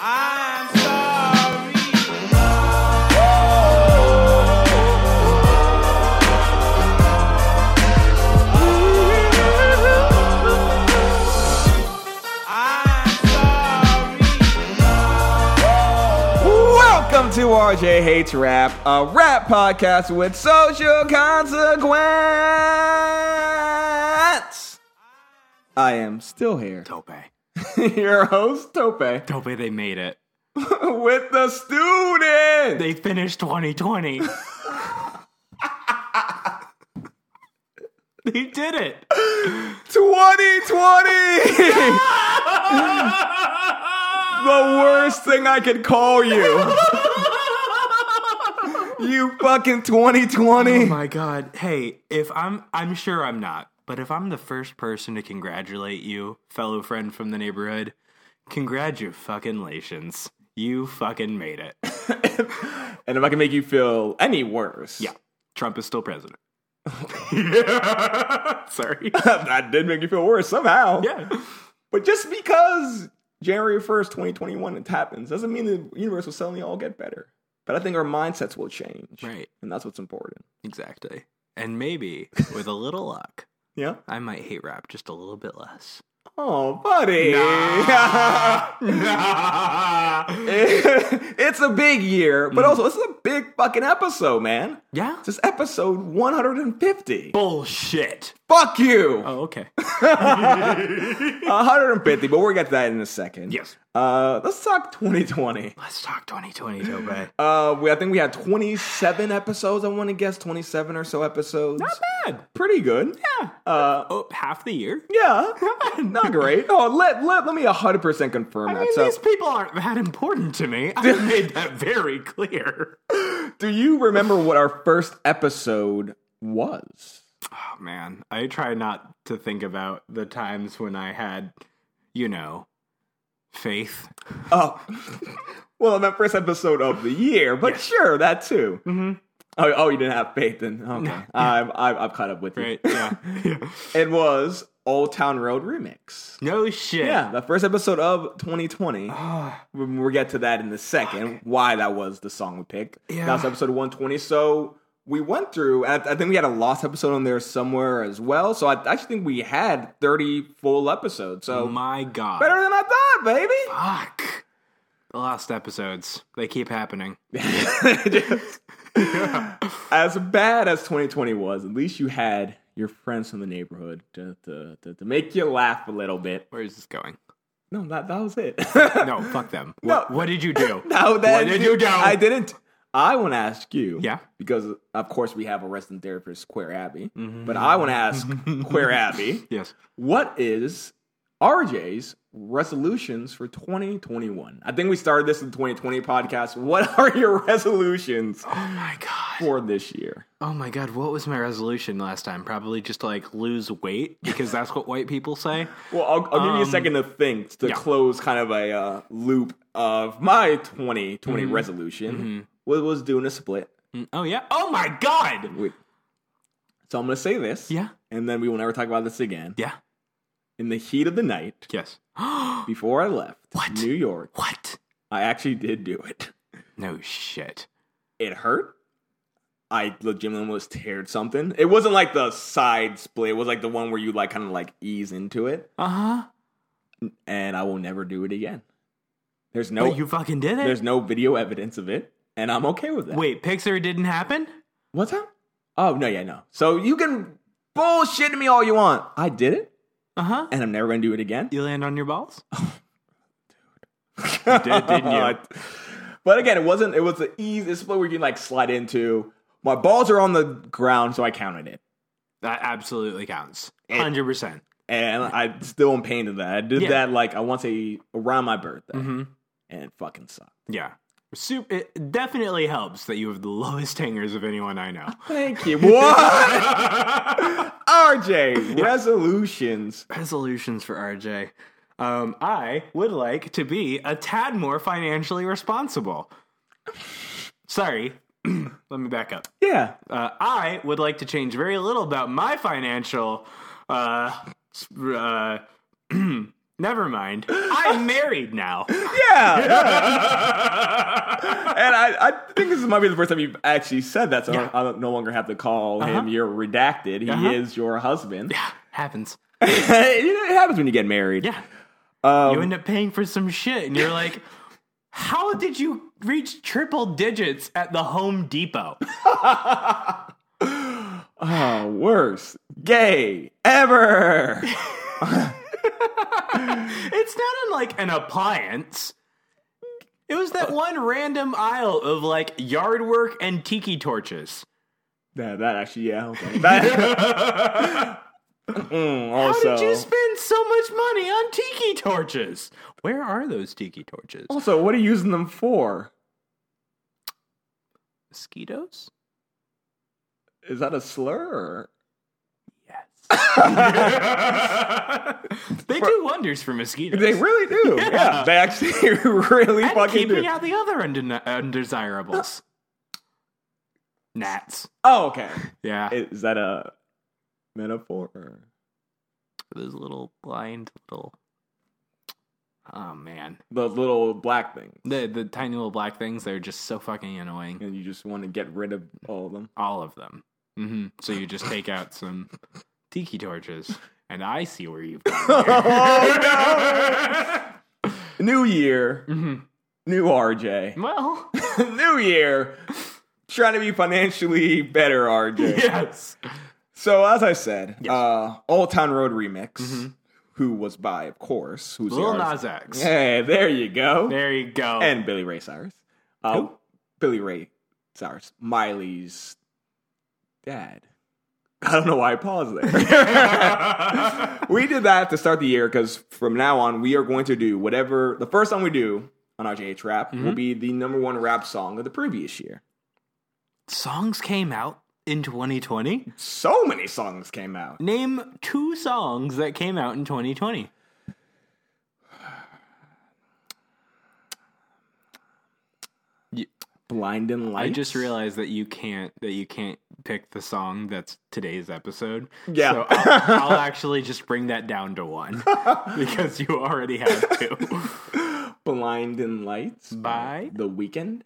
I'm sorry. I'm sorry. Welcome to RJ Hates Rap, a rap podcast with social consequence. I am still here. Tope. Your host, Tope, Tope, they made it. with the student. They finished 2020. they did it. 2020! the worst thing I could call you. you fucking 2020. Oh my god. Hey, if I'm I'm sure I'm not, but if I'm the first person to congratulate you, fellow friend from the neighborhood, congratulations. You fucking made it. and if I can make you feel any worse. Yeah. Trump is still president. Sorry. that did make me feel worse somehow. Yeah. But just because January 1st, 2021, it happens, doesn't mean the universe will suddenly all get better. But I think our mindsets will change. Right. And that's what's important. Exactly. And maybe with a little luck, Yeah. I might hate rap just a little bit less. Oh, buddy. it's a big year, Mm. but also, this is a big fucking episode, man. Yeah? This is episode 150. Bullshit. Fuck you. Oh, okay. 150, but we'll get to that in a second. Yes. Uh, let's talk 2020. Let's talk 2020, Tobe. Uh, we, I think we had 27 episodes. I want to guess 27 or so episodes. Not bad. Pretty good. Yeah. Uh, oh, half the year? Yeah. Not great. Oh, let, let, let me 100% confirm I that. mean, so, these people aren't that important to me. I made that very clear. do you remember what our first episode was? Oh, man. I try not to think about the times when I had, you know, faith. Oh, well, my first episode of the year, but sure, that too. Mm-hmm. Oh, oh, you didn't have faith then. Okay. I've, I've, I've caught up with you. Right? Yeah. yeah. It was Old Town Road Remix. No shit. Oh Yeah, the first episode of 2020. we'll we'll get to that in a second. Why that was the song we picked. Yeah. That was episode 120. So we went through. I, I think we had a lost episode on there somewhere as well. So I actually think we had 30 full episodes. So Oh, my God. better than I thought, baby. Fuck. The last episodes. They keep happening. As bad as 2020 was, at least you had your friends from the neighborhood to to, to, to make you laugh a little bit. Where is this going? No, that that was it. No, fuck them. No. What, what did you do? No, that What did you do? I didn't. I want to ask you. Yeah. Because of course we have a resident therapist, Square Abby. Mm-hmm. But I want to ask Square Abby, Yes. what is RJ's resolutions for 2021? I think we started this in 2020 podcast. What are your resolutions Oh my god. for this year? Oh my god. What was my resolution last time? Probably just to like lose weight because that's what white people say. Well, I'll, I'll give you a Um, second to think to yeah. close kind of a uh, loop of my 2020 Mm-hmm. resolution. Was was doing a split. Mm, Oh yeah. Oh my god. Wait. So I'm gonna say this. Yeah. And then we will never talk about this again. Yeah. In the heat of the night, Yes. before I left What? New York, what? I actually did do it. No shit. It hurt. I legitimately almost teared something. It wasn't like the side split. It was like the one where you like kind of like ease into it, Uh huh. and I will never do it again. There's no No, you fucking did it. there's no video evidence of it, and I'm okay with that. Wait, Pixar didn't happen. What's that? Oh no, yeah, no. So you can bullshit me all you want. I did it, Uh huh. and I'm never gonna do it again. You land on your balls. did, didn't you? but again, it wasn't. It was the easy it's split where you can like slide into. My balls are on the ground, so I counted it, That absolutely counts. Hundred percent. and I still in pain to that. I did Yeah. Mm-hmm. that like I want to say around my birthday, and it fucking sucked. Yeah. Sup- it definitely helps that you have the lowest hangers of anyone I know. Thank you. What? RJ, resolutions. Resolutions for RJ. Um, I would like to be a tad more financially responsible. Sorry. Let me back up. Yeah. Uh, I would like to change very little about my financial. Uh, s- uh, never mind. I'm married now. Yeah. and I, I think this might be the first time you've actually said that, so Yeah. I don't no longer have to call him your redacted. He Uh-huh. is your husband. Happens. You know, it happens when you get married. Yeah. Um, you end up paying for some shit, and you're like, how did you reach triple digits at the Home Depot? Oh, worst gay ever. It's not on like an appliance. It was that one random aisle of like yard work and tiki torches. that, that actually, yeah. Okay. That, Mm, also, How did you spend so much money on tiki torches? Where are those tiki torches? also, what are you using them for? Mosquitoes? Is that a slur? They do wonders for mosquitoes. They really do. Yeah, Yeah. they actually really and fucking keeping do. out the other unde- undesirables. Gnats. oh, okay. Yeah. Is that a metaphor? Or? those little blind little. Oh man. The little black thing, The the tiny little black things, they're just so fucking annoying. and you just want to get rid of all of them. All of them. hmm So you just take out some tiki torches, and I see where you've gone. Oh, New year, Mm-hmm. new RJ. well, new year, trying to be financially better, RJ. yes. So as I said, uh, Old Town Road remix, who was by, of course, who's Mm-hmm. Lil the artist- Nas X. Hey, there you go. There you go. and Billy Ray Cyrus. Uh, Oh. Who? Billy Ray Cyrus, Miley's dad. I don't know why I paused there. we did that to start the year because from now on we are going to do whatever the first song we do on RJH Rap will Mm-hmm. be the number one rap song of the previous year. songs came out in 2020. So many songs came out. Name two songs that came out in 2020. Blinding lights. I just realized that you can't that you can't pick the song that's today's episode. Yeah. So I'll, I'll actually just bring that down to one because you already have two. Blinding lights By? The Weekend.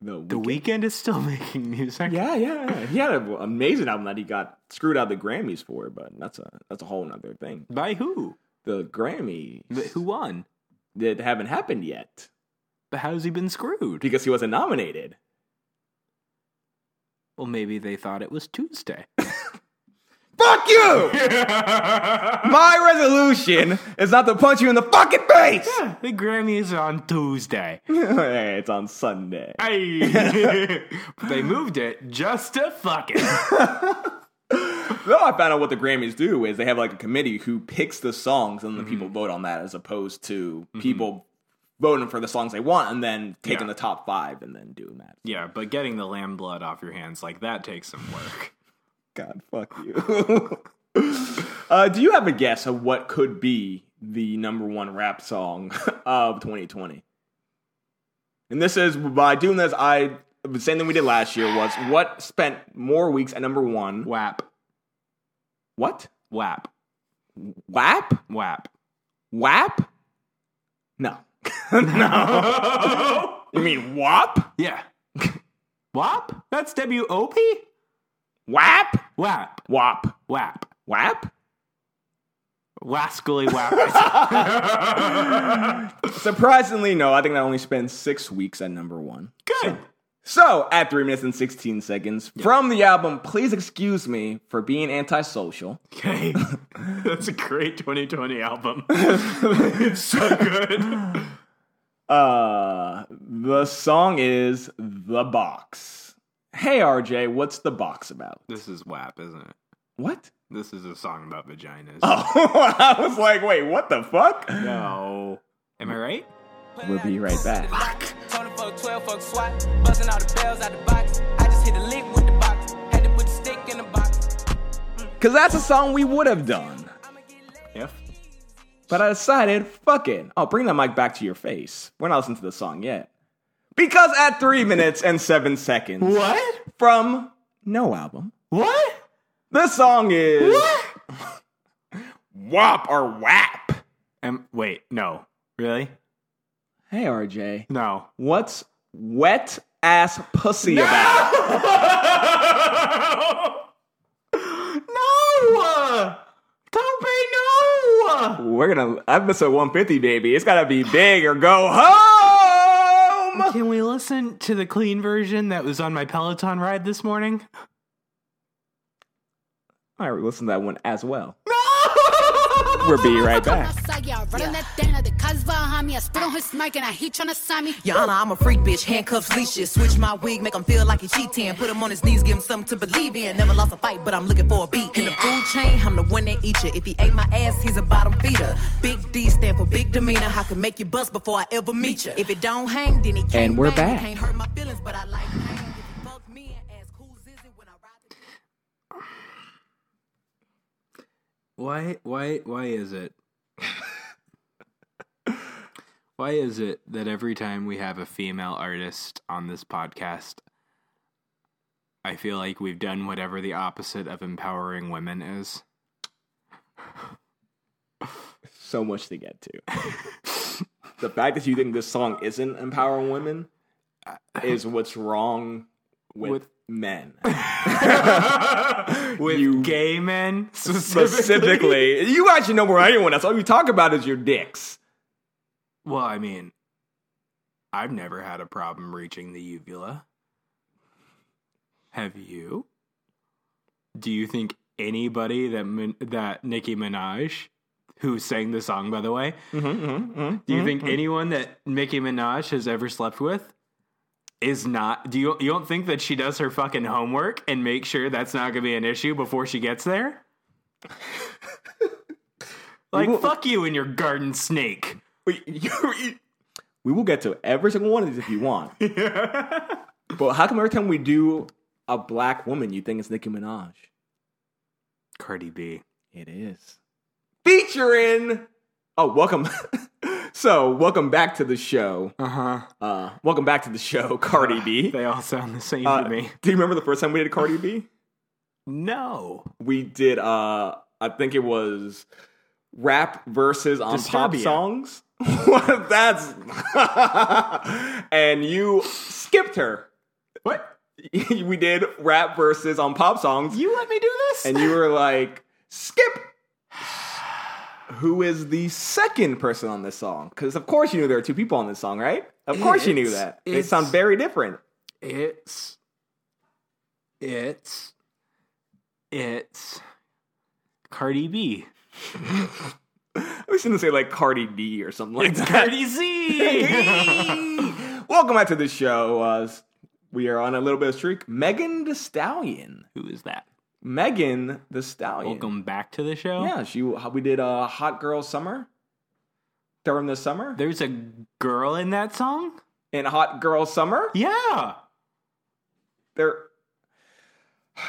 The The weekend is still making music. Yeah, yeah, yeah. He had an amazing album that he got screwed out of the Grammys for, but that's a that's a whole nother thing. By who? The Grammys But who won? that haven't happened yet But how's he been screwed? because he wasn't nominated. Well, maybe they thought it was Tuesday. Fuck you! My resolution is not to punch you in the fucking face. the Grammys are on Tuesday. Hey, it's on Sunday. Hey. they moved it just to fuck it. Though I found out what the Grammys do is they have like a committee who picks the songs and then Mm-hmm. people vote on that as opposed to people voting for the songs they want and then taking Yeah. the top five and then doing that. Yeah, but getting the lamb blood off your hands like that takes some work. God, fuck you. uh, do you have a guess of what could be the number one rap song of 2020? And this is by doing this, I the same thing we did last year was what spent more weeks at number one. Whap, What? whap, WAP? whap. WAP? No. no. you mean WAP? Yeah. Wap? That's W O P? WAP? Wap. WAP. Wap. WAP? Wascally wap. Surprisingly, no. I think that only spent six weeks at number one. Good. So, at 3 minutes and 16 seconds, from the album Please Excuse Me for Being Antisocial, Okay. That's a great 2020 album. it's so good. uh, the song is The Box. Hey, RJ, what's The Box about? This is WAP, isn't it? What? This is a song about vaginas. Oh, I was like, wait, what the fuck? No. Am I right? We'll be right back. Tony fuck 12, fuck SWAT. Buzzing all the bells out the box. I just hit a lick with the box. Had to put the stick in the box. Because that's a song we would have done. If But I decided, fuck it. I'll bring that mic back to your face. We're not listening to the song yet. Because at three minutes and seven seconds what? from no album, What? the song is WAP or WAP. Um, wait, no, really? Hey, RJ. No. What's wet ass pussy about? no! Don't no! We're gonna episode 150, baby. It's gotta be big or go home. Can we listen to the clean version that was on my Peloton ride this morning? I listened to that one as well. No! We'll be right back. Yana, I'm a freak bitch. Handcuffs, leashes. Switch my wig, make him feel like he cheating. Put him on his knees, give him something to believe in. Never lost a fight, but I'm looking for a beat. In the food chain, I'm the one that eat you. If he ate my ass, he's a bottom feeder. Big D stand for big demeanor. I can make you bust before I ever meet you. If it don't hang, then he can't. And we're bang. back. Can't hurt my feelings, but I like hang. If he fuck me and ask who's is it when I ride the- Why? Why? Why is it? why is it that every time we have a female artist on this podcast, I feel like we've done whatever the opposite of empowering women is? So much to get to. the fact that you think this song isn't empowering women is what's wrong with, With- men. With You- gay men specifically. Specifically, you actually know more than anyone else. All you talk about is your dicks. Well, I mean, I've never had a problem reaching the uvula. Have you? Do you think anybody that Min- that Nicki Minaj, who sang the song by the way, do you think anyone that Nicki Minaj has ever slept with is not? Do you you don't think that she does her fucking homework and make sure that's not gonna be an issue before she gets there? like fuck you and your garden snake. We, you- we will get to every single one of these if you want. But how come every time we do a black woman, you think it's Nicki Minaj? Cardi B. It is. Featuring. Oh, welcome. so, welcome back to the show. Uh huh. Uh, welcome back to the show, Cardi B. They all sound the same Uh, to me. do you remember the first time we did Cardi B? No. We did. Uh, I think it was rap verses on pop Disturbia. songs. That's. and you skipped her. What? we did rap verses on pop songs. You let me do this? and you were like, "Skip." Who is the second person on this song? Because of course you knew there were two people on this song, right? Of course you knew It's- that. They it's- sound very different. it's. It's. It's. Cardi B. I was gonna say like Cardi D or something like that. Cardi Z. Welcome back to the show. Uh, we are on a little bit of streak. Megan the Stallion. Who is that? Megan the Stallion. Welcome back to the show. Yeah, she. We did uh, Hot Girl Summer during the summer. There's a girl in that song? In Hot Girl Summer, Yeah. They're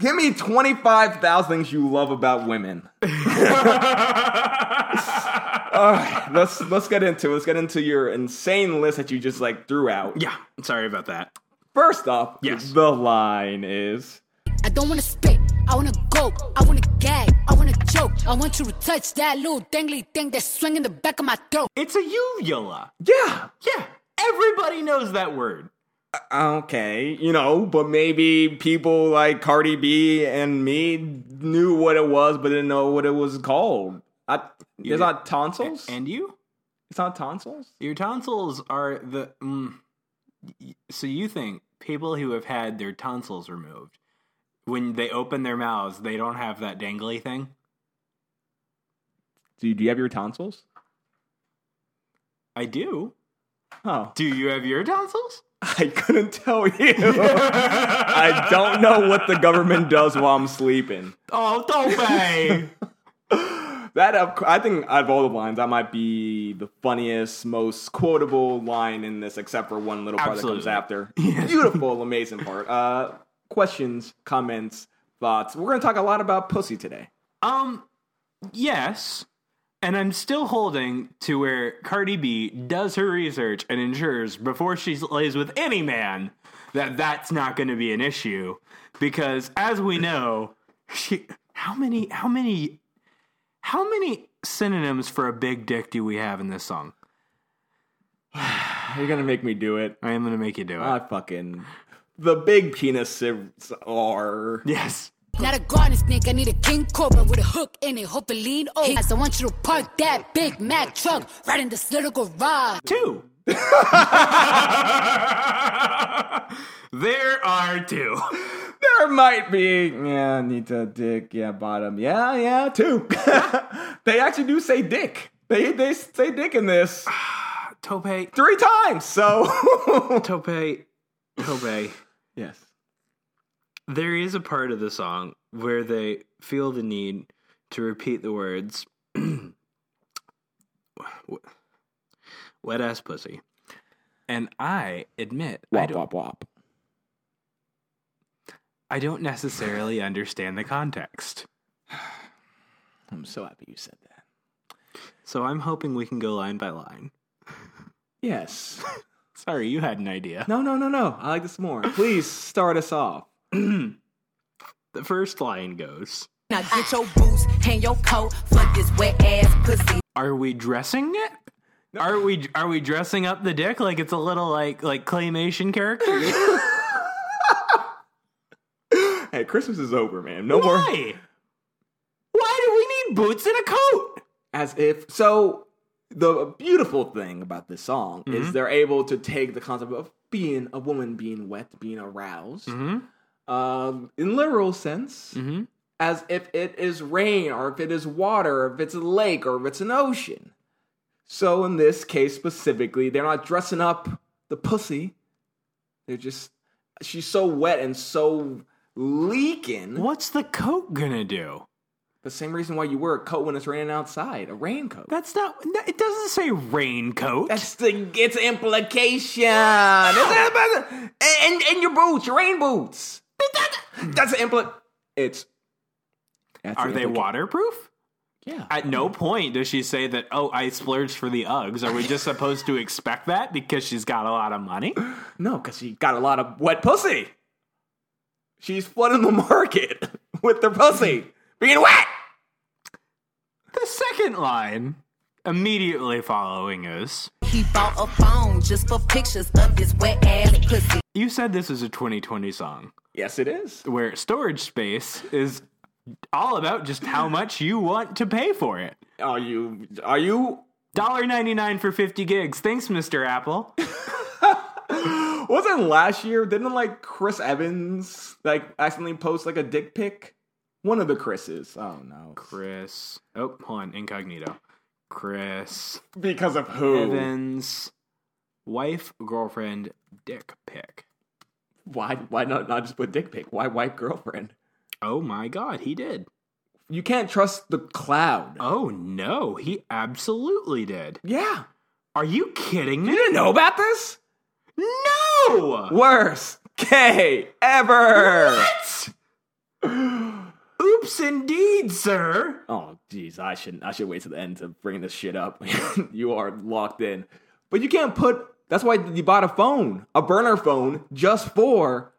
Give me 25,000 things you love about women. Alright, let's let's get into it. Let's get into your insane list that you just like threw out. Yeah. Sorry about that. First up, Yes. the line is I don't wanna spit. I wanna go. I wanna gag. I wanna choke. I want you to touch that little dangly thing that's swinging the back of my throat. It's a uvula. Yeah. Yeah. Everybody knows that word. Okay, you know, but maybe people like Cardi B and me knew what it was but didn't know what it was called. I, it's not tonsils? And you? it's not tonsils? Your tonsils are the. Mm, y- so you think people who have had their tonsils removed, when they open their mouths, they don't have that dangly thing? Do you, do you have your tonsils? I do. Oh. Do you have your tonsils? I couldn't tell you. I don't know what the government does while I'm sleeping. Oh, don't pay. That up, I think out of all the lines, that might be the funniest, most quotable line in this, except for one little part Absolutely. that comes after. Beautiful, amazing part. Uh, questions, comments, thoughts. We're gonna talk a lot about pussy today. Um, yes. And I'm still holding to where Cardi B does her research and ensures before she lays with any man that that's not going to be an issue because as we know, she how many how many how many synonyms for a big dick do we have in this song? You're gonna make me do it. I am going to make you do it. I fucking the big penises are. yes. Not a garden snake, I need a king cobra with a hook in it. Hope it lean over. I want you to park that Big Mac truck right in this little garage. Two. there are two. There might be, yeah, need to dick, yeah, bottom, yeah, yeah, too. they actually do say dick. They they say dick in this Tope, three times. So Tope, Tope. yes, there is a part of the song where they feel the need to repeat the words wet ass pussy. And I admit I wop don't, wop wop. I don't necessarily understand the context. I'm so happy you said that. So I'm hoping we can go line by line. Yes. Sorry, you had an idea. No no no no. I like this more. Please start us off. The first line goes, Now get your boots, hang your coat, fuck this wet ass pussy. "Are we dressing it? Are we are we dressing up the dick like it's a little like like claymation character? Hey, Christmas is over, man. No more. Why? Why do we need boots and a coat?" As if so. The beautiful thing about this song is they're able to take the concept of being a woman, being wet, being aroused, um, in literal sense, as if it is rain or if it is water, if it's a lake or if it's an ocean. So in this case specifically, they're not dressing up the pussy. They're just she's so wet and so leaking. What's the coat gonna do? The same reason why you wear a coat when it's raining outside, a raincoat. That's not. that- It doesn't say raincoat. That's the it's implication. It's- and, and and your boots, your rain boots. That's an impl. It's. that's Are an they implica- waterproof? Yeah. At no point does she say that. Oh, I splurged for the Uggs. Are we just supposed to expect that because she's got a lot of money? No, because she got a lot of wet pussy. She's flooding the market with their pussy being wet. The second line immediately following is, He bought a phone just for pictures of this wet ass pussy. "You said this is a 2020 song Yes, it is. where storage space is all about just how much you want to pay for it." Are you? Are you? $1.99 for 50 gigs. Thanks, Mr. Apple. Wasn't last year? Didn't like Chris Evans like accidentally post like a dick pic? One of the Chris's. Oh no. Chris. Oh, hold on. Incognito. Chris Because of who? Evans, wife, girlfriend, dick pic. why why not not just put dick pic? Why wipe girlfriend? Oh my god, he did. You can't trust the cloud. Oh no, he absolutely did. yeah. Are you kidding You me? didn't know about this? No! Worst gay ever. What? Oops, indeed, sir. Oh jeez, I should I should wait to the end to bring this shit up. you are locked in. But you can't put that's why you bought a phone, a burner phone, just for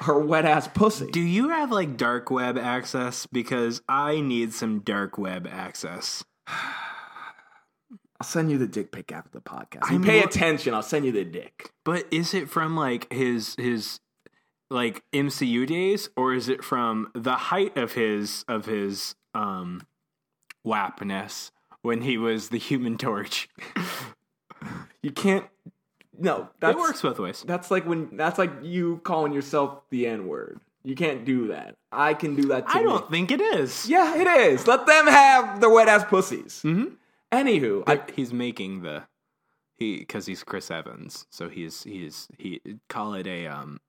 her wet ass pussy. Do you have like dark web access? Because I need some dark web access. I'll send you the dick pic after the podcast. You I'm pay lo- attention, I'll send you the dick. But is it from like his his like MCU days or is it from the height of his of his um wapness when he was the human torch? You can't No, that's it works both ways. That's like when that's like you calling yourself the N word. You can't do that. I can do that. To I don't me. think it is. Yeah, it is. Let them have their wet ass pussies. Mm-hmm. Anywho, I, He's making the he because he's Chris Evans, so he's he's he call it a um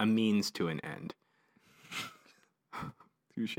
a means to an end. Touche.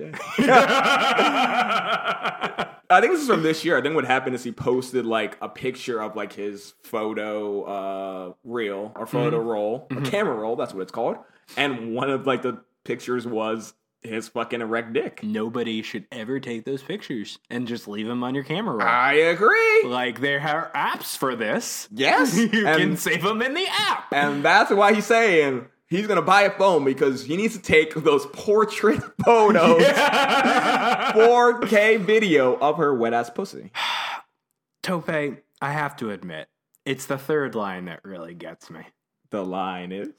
I think this is from this year. I think what happened is he posted like a picture of like his photo uh reel or photo Mm-hmm. roll or camera roll, that's what it's called. And one of like the pictures was his fucking erect Mm-hmm. dick. Nobody should ever take those pictures and just leave them on your camera roll. I agree. like there are apps for this. Yes. you can And- save them in the app. And that's why he's saying he's gonna buy a phone because he needs to take those portrait photos, 4K video of her wet ass pussy. Tope, I have to admit, it's the third line that really gets me. The line is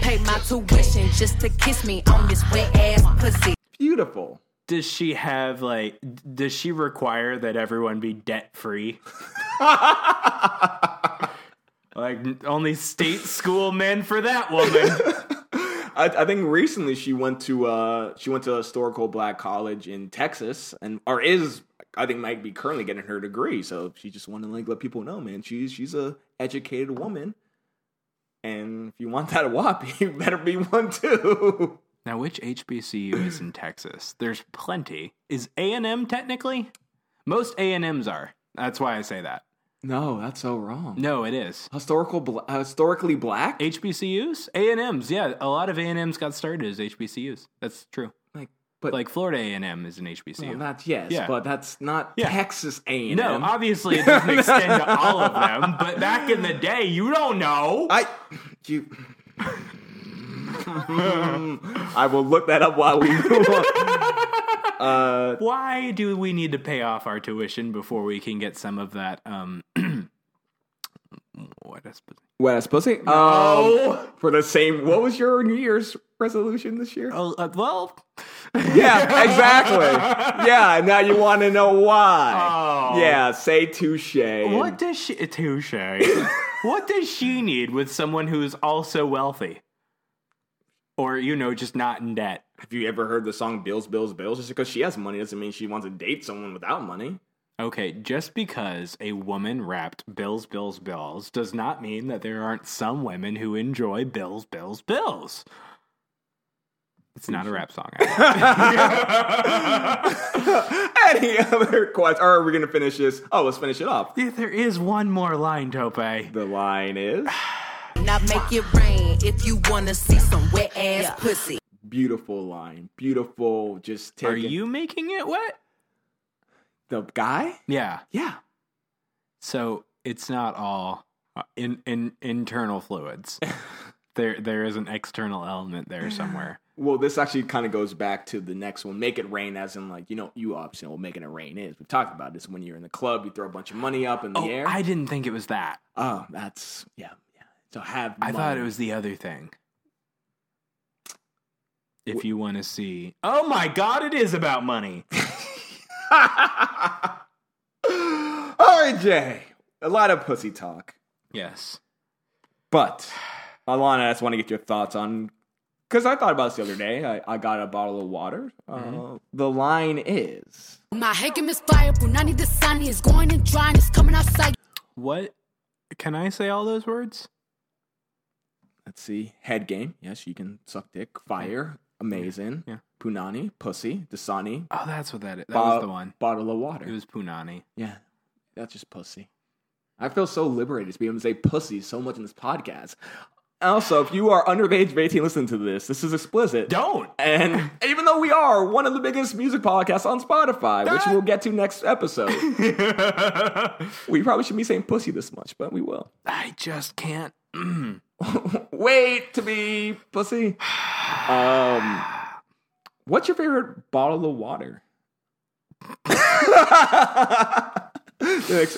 Pay my tuition just to kiss me on this wet ass pussy. beautiful. Does she have like? d- Does she require that everyone be debt free? like n- only state school men for that woman. I, I think recently she went to uh she went to a historical black college in Texas and or is I think might be currently getting her degree. So she just wanted to like let people know, man, she's she's a educated woman. And if you want that wop, you better be one too. now, which HBCU is in Texas? There's plenty. Is A and M technically? Most A and M's are. That's why I say that. No, that's so wrong. No, it is. Historical, bla- historically black. HBCUs, A and M's. Yeah, a lot of A and M's got started as HBCUs. That's true. like, but Like Florida A and M is an HBCU. well, not yes, Yeah. but that's not Yeah. Texas A&M. no, obviously it doesn't extend to all of them. But back in the day, you don't know. I, you. I will look that up while we move on. Why do we need to pay off our tuition before we can get some of that? Um, what is Wet ass pussy. Oh, for the same. What was your New Year's resolution this year? oh, uh, well, Yeah, exactly. yeah, now you want to know why. Oh. Yeah, say touche. what does she touche? what does she need with someone who is also wealthy, or you know, just not in debt? Have you ever heard the song Bills, Bills, Bills? Just because she has money doesn't mean she wants to date someone without money. Okay, just because a woman rapped bills, bills, bills does not mean that there aren't some women who enjoy bills, bills, bills. It's not a rap song. I Any other questions? Or are we going to finish this? Oh, let's finish it up. think. there is one more line, Tope. The line is Now make it rain if you wanna see some wet ass pussy. beautiful line. Beautiful. Just taking Are you making it wet? the guy? Yeah. Yeah. So it's not all uh, in, in internal fluids. there there is an external element there somewhere. Well, this actually kind of goes back to the next one. Make it rain, as in like you know, you obviously know what making it rain is. We've talked about this when you're in the club, you throw a bunch of money up in the Oh, air. I didn't think it was that. oh, that's yeah, yeah. So have. I thought money. it was the other thing. If you want to see. Oh my god, it is about money. All right, Jay. A lot of pussy talk. yes. But Alana, I just want to get your thoughts on because I thought about this the other day. I, I got a bottle of water. Uh, Mm-hmm. The line is My hickam is fire, Punani the sun. It's going and drying, it's coming outside. What? Can I say all those words? let's see, head game. Yes, you can suck dick. Fire, amazing. Yeah. Punani, pussy, Dasani. Oh, that's what that is. That bo- was the one. Bottle of water. It was Punani. yeah, that's just pussy. I feel so liberated to be able to say pussy so much in this podcast. Also, if you are under the age of 18 listening to this, this is explicit. Don't! And even though we are one of the biggest music podcasts on Spotify, which we'll get to next episode, we probably shouldn't be saying pussy this much, but we will. I just can't. Wait to be pussy. Um, what's your favorite bottle of water?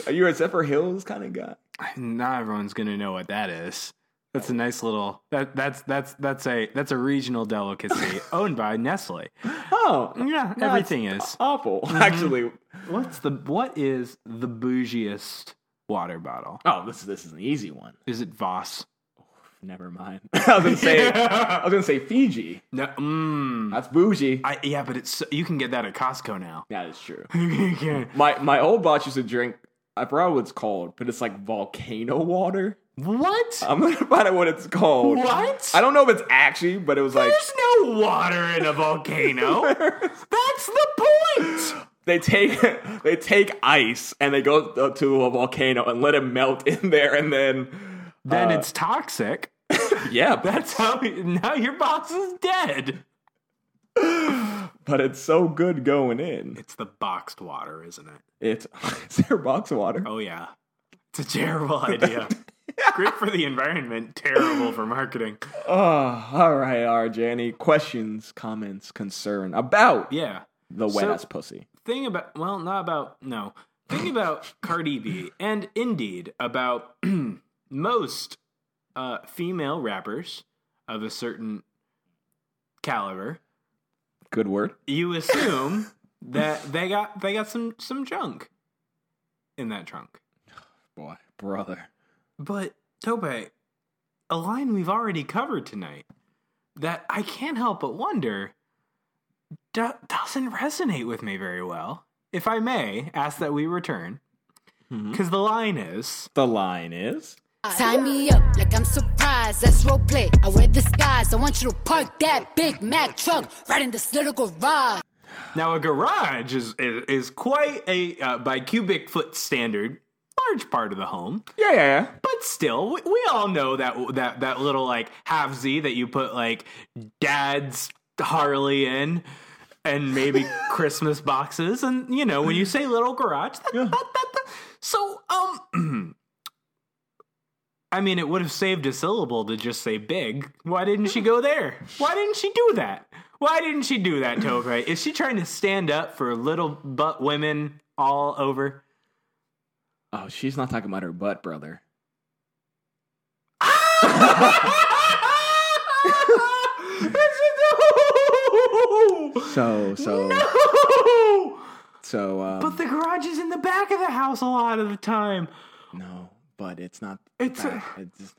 Are you a Zephyr Hills kind of guy? Not everyone's gonna know what that is. That's a nice little that that's that's that's a that's a regional delicacy owned by Nestle. Oh, Yeah, that's everything is. awful. Actually, What's the what is the bougiest water bottle? oh, this this is an easy one. Is it Voss? Never mind. I was gonna say I was gonna say Fiji. No, mm, That's bougie. I, yeah, but it's so- you can get that at Costco now. That is true. You can. My my old boss used to drink. I forgot what it's called, but it's like volcano water. What? I'm gonna find out what it's called. What? I don't know if it's actually, but it was like There's no water in a volcano. That's the point. they take they take ice and they go up to a volcano and let it melt in there, and then Then it's toxic. yeah, but, That's how. Now your box is dead. but it's so good going in. It's the boxed water, isn't it? It's is there box water? Oh yeah, it's a terrible idea. Great for the environment, terrible for marketing. Oh, all right, RJ. Any questions, comments, concern about Yeah. the wet So- ass pussy? Thing about well, not about no. Thing about Cardi B and indeed about most uh, female rappers of a certain caliber, Good word. you assume that they got they got some some junk in that trunk. Boy, brother. But Tope, a line we've already covered tonight that I can't help but wonder do- doesn't resonate with me very well. If I may ask that we return, because the line is Mm-hmm. The line is Tie me up like I'm surprised. That's roleplay. I wear disguise. I want you to park that Big Mac truck right in this little garage. now a garage is is, is quite a uh, by cubic foot standard large part of the home. yeah, yeah, yeah. But still, we, we all know that that that little like halfsy that you put like dad's Harley in, and maybe Christmas boxes, and you know when you say little garage, that, that, that, that. so um, I mean it would have saved a syllable to just say big. Why didn't she go there? Why didn't she do that? Why didn't she do that, Tokai? Is she trying to stand up for little butt women all over? Oh, she's not talking about her butt, brother. So, so, No! so, um, But the garage is in the back of the house a lot of the time. no, but it's not. It's a- that. It's just-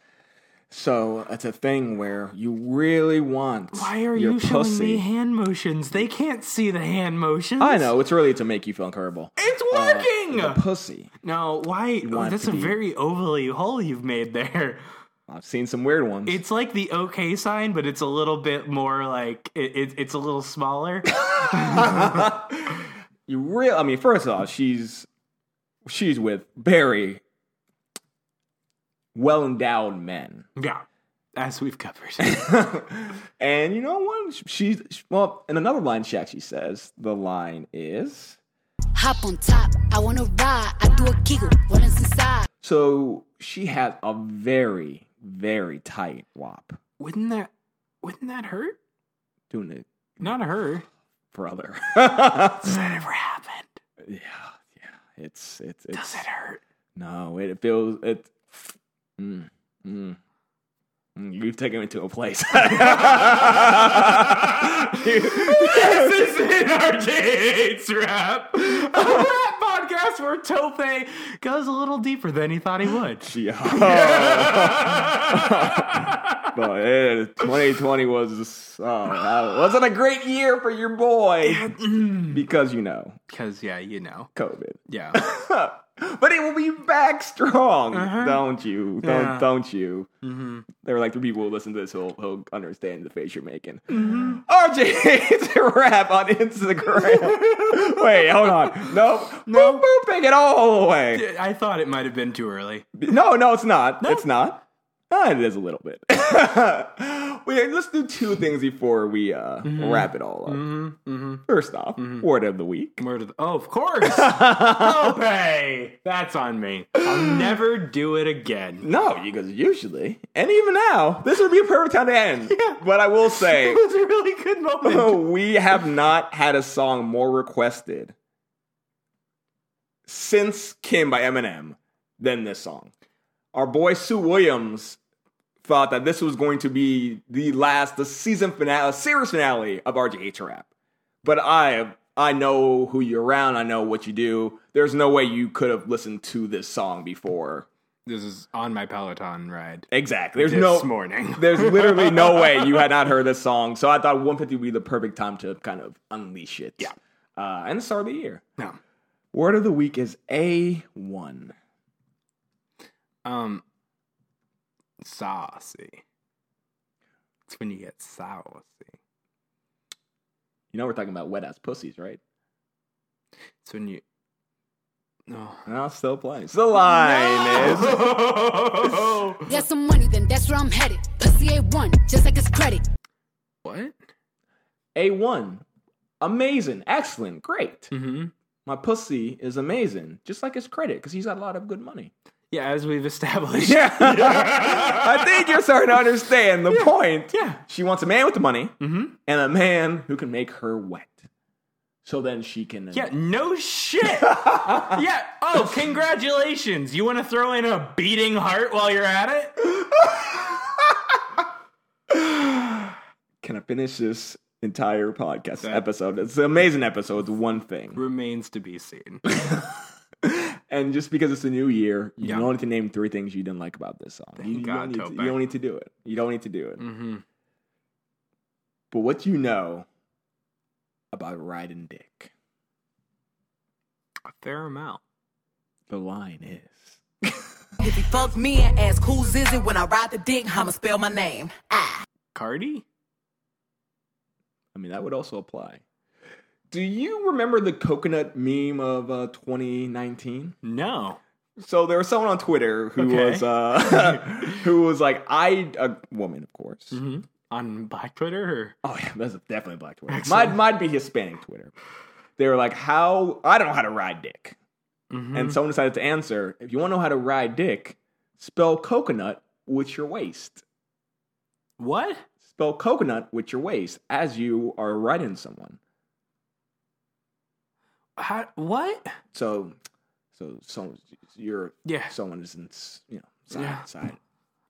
so it's a thing where you really want. Why are your you showing pussy. me hand motions? They can't see the hand motions. I know it's really to make you feel uncomfortable. It's Uh, working. the pussy. no, why? want That's to a be- very ovally hole you've made there. I've seen some weird ones. It's like the OK sign, but it's a little bit more like it, it, it's a little smaller. you real i mean first of all she's she's with very well-endowed men yeah, as we've covered. and you know what she's well in another line she actually says the line is Hop on top. I wanna ride. I do a giggle. Rollins inside. so she has a very very tight wop wouldn't that? Wouldn't that hurt? doing it Not her. brother Does that ever happen? yeah yeah it's it's, it's Does it hurt? no it feels it mm, mm. Mm, you've taken me to a place this is it, RJ hates rap. A rap podcast where Tope goes a little deeper than he thought he would. But eh, 2020 was oh, that wasn't a great year for your boy because you know Because yeah, you know, COVID. yeah. but it will be back strong, don't you? Don't Yeah. don't you? There are like three people who listen to this who'll, who'll understand the face you're making. RJ hates rap on Instagram. Wait, hold on. Nope. Boop, boop, take it all away. I thought it might have been too early. No, no, it's not. It's not. Ah, it is a little bit. Wait, let's do two things before we uh, wrap it all up. First off, word of the week. Word of the- oh, of course, Tope. That's on me. I'll never do it again. No, because usually, and even now, this would be a perfect time to end. But I will say, It was a really good moment. we have not had a song more requested since Kim by Eminem than this song. Our boy Sue Williams thought that this was going to be the last, the season finale, series finale of RGH Rap. But I, I know who you're around. I know what you do. There's no way you could have listened to this song before. This is on my Peloton ride. Exactly. There's This no morning. There's literally no way you had not heard this song. So I thought 150 would be the perfect time to kind of unleash it. Yeah. Uh, and start of the year. No. Word of the week is A1. Um, saucy. It's when you get saucy. You know we're talking about wet ass pussies, right? It's when you. oh, No. No, still playing. Still lying is. There's some money, then that's where I'm headed. Pussy A1, just like it's credit. What? A1. Amazing. Excellent. Great. Mm-hmm. My pussy is amazing. Just like his credit, because he's got a lot of good money. Yeah, as we've established. Yeah. I think you're starting to understand the point. Yeah. She wants a man with the money Mm-hmm. and a man who can make her wet. So then she can. Yeah, no shit. yeah. Oh, congratulations. You want to throw in a beating heart while you're at it? Can I finish this entire podcast episode? It's an amazing episode. It's one thing. Remains to be seen. And just because it's a new year, you Yeah. don't need to name three things you didn't like about this song. you, you God, Mm-hmm. don't need to, Tope. you don't need to do it. You don't need to do it. But what do you know about riding dick? A fair amount. The line is. If he fuck me and ask whose is it when I ride the dick, I'ma spell my name. Cardi? I mean, that would also apply. Do you remember the coconut meme of uh, 2019? No. So there was someone on Twitter who Okay. was uh, who was like, I a woman, of course. On Black Twitter? Oh yeah, that's definitely black Twitter. Might might be Hispanic Twitter. They were like, "How I don't know how to ride dick," mm-hmm. and someone decided to answer, "If you want to know how to ride dick, spell coconut with your waist. Or... What? Spell coconut with your waist as you are riding someone." How, what? So, so so you're Yeah. someone is in, s- you know side Yeah. side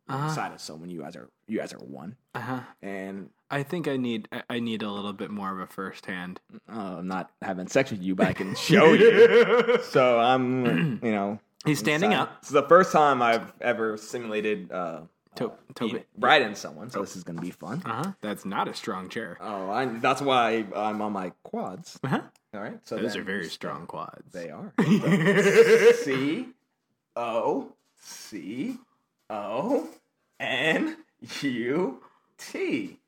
Uh, side of someone. You guys are you guys are one, Uh-huh. and I think I need I- I need a little bit more of a first hand. uh, I'm not having sex with you, but I can show you. So I'm you know He's standing up. This is the first time I've ever simulated uh, To- Toby. riding someone, so this is gonna be fun. Uh-huh. That's not a strong chair. Oh, I, that's why I'm on my quads. Uh-huh. All right, so Those then- are very strong quads. They are C O C O N U T,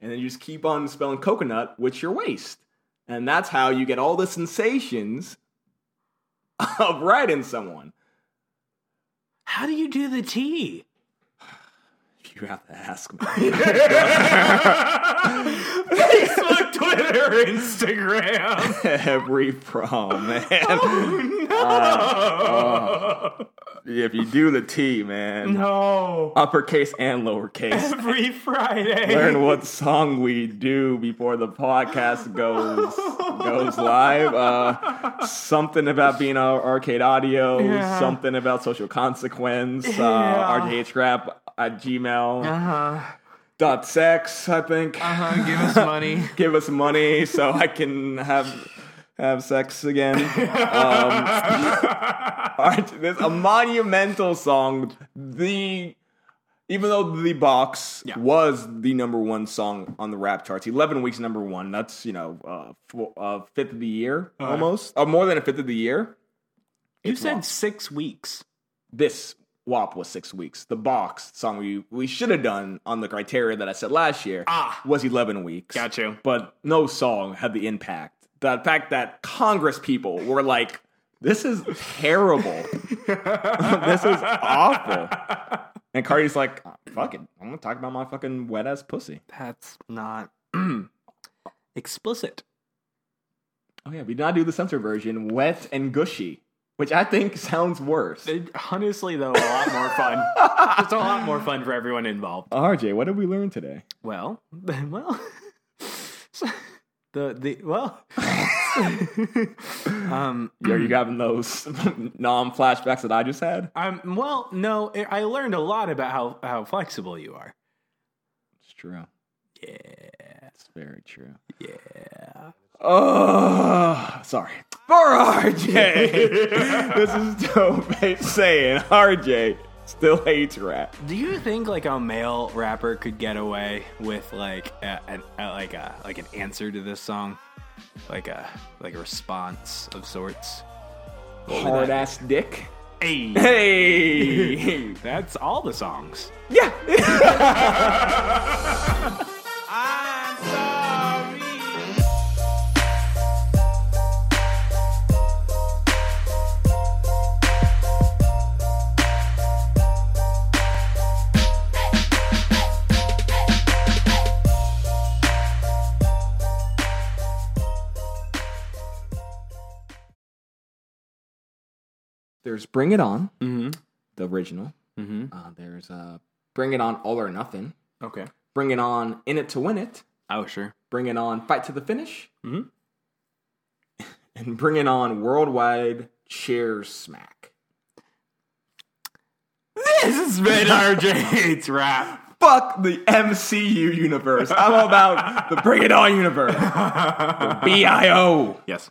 and then you just keep on spelling coconut with your waist, and that's how you get all the sensations of riding someone. How do you do the T? You have to ask me. Facebook, Twitter, Instagram. Every prom, man. Oh, Uh, oh. If you do the T, man, No. uppercase and lowercase. Every Friday. Learn what song we do before the podcast goes goes live. Uh, something about being on arcade audio. Yeah. Something about social consequence. Uh, Yeah. RDHrap at Gmail Uh-huh. dot sex. I think. Uh-huh. Give us money. give us money so I can have have sex again. Um, alright, there's a monumental song. The even though the box Yeah. was the number one song on the rap charts, eleven weeks number one. That's you know uh, four, uh, fifth of the year almost, or more than a fifth of the year. You It's said WAP. six weeks. this WAP was six weeks. The box song we we should have done on the criteria that I said last year Ah. was eleven weeks. Got you. But no song had the impact. The fact that Congress people were like, "This is terrible. this is awful." And Cardi's like, "Ah, "Fuck it, I'm gonna talk about my fucking wet ass pussy." That's not explicit. Oh yeah, we did not do the censor version, wet and gushy, which I think sounds worse. It- honestly, though, a lot more fun. It's a lot more fun for everyone involved. RJ, what did we learn today? Well, well, so- the the well. um, Are you having those non flashbacks that I just had? I'm um, well. No, I I learned a lot about how how flexible you are. It's true. Yeah. It's very true. Yeah. Oh, sorry. For RJ. this is dope saying RJ still hates rap. Do you think like a male rapper could get away with like a, an a, like a like an answer to this song, like a like a response of sorts? Hard ass dick. Hey, Hey. that's all the songs. yeah. I'm sorry. There's Bring It On, Mm-hmm. the original. Uh, there's uh, Bring It On All or Nothing. Mm-hmm. Okay. Bring It On In It to Win It. Oh sure. Bring It On Fight to the Finish. Mhm. Mm-hmm. And Bring It On Worldwide Chair Smack. This has been RJ's rap. Fuck the MCU universe. I'm about the Bring It On universe. The BIO. Yes.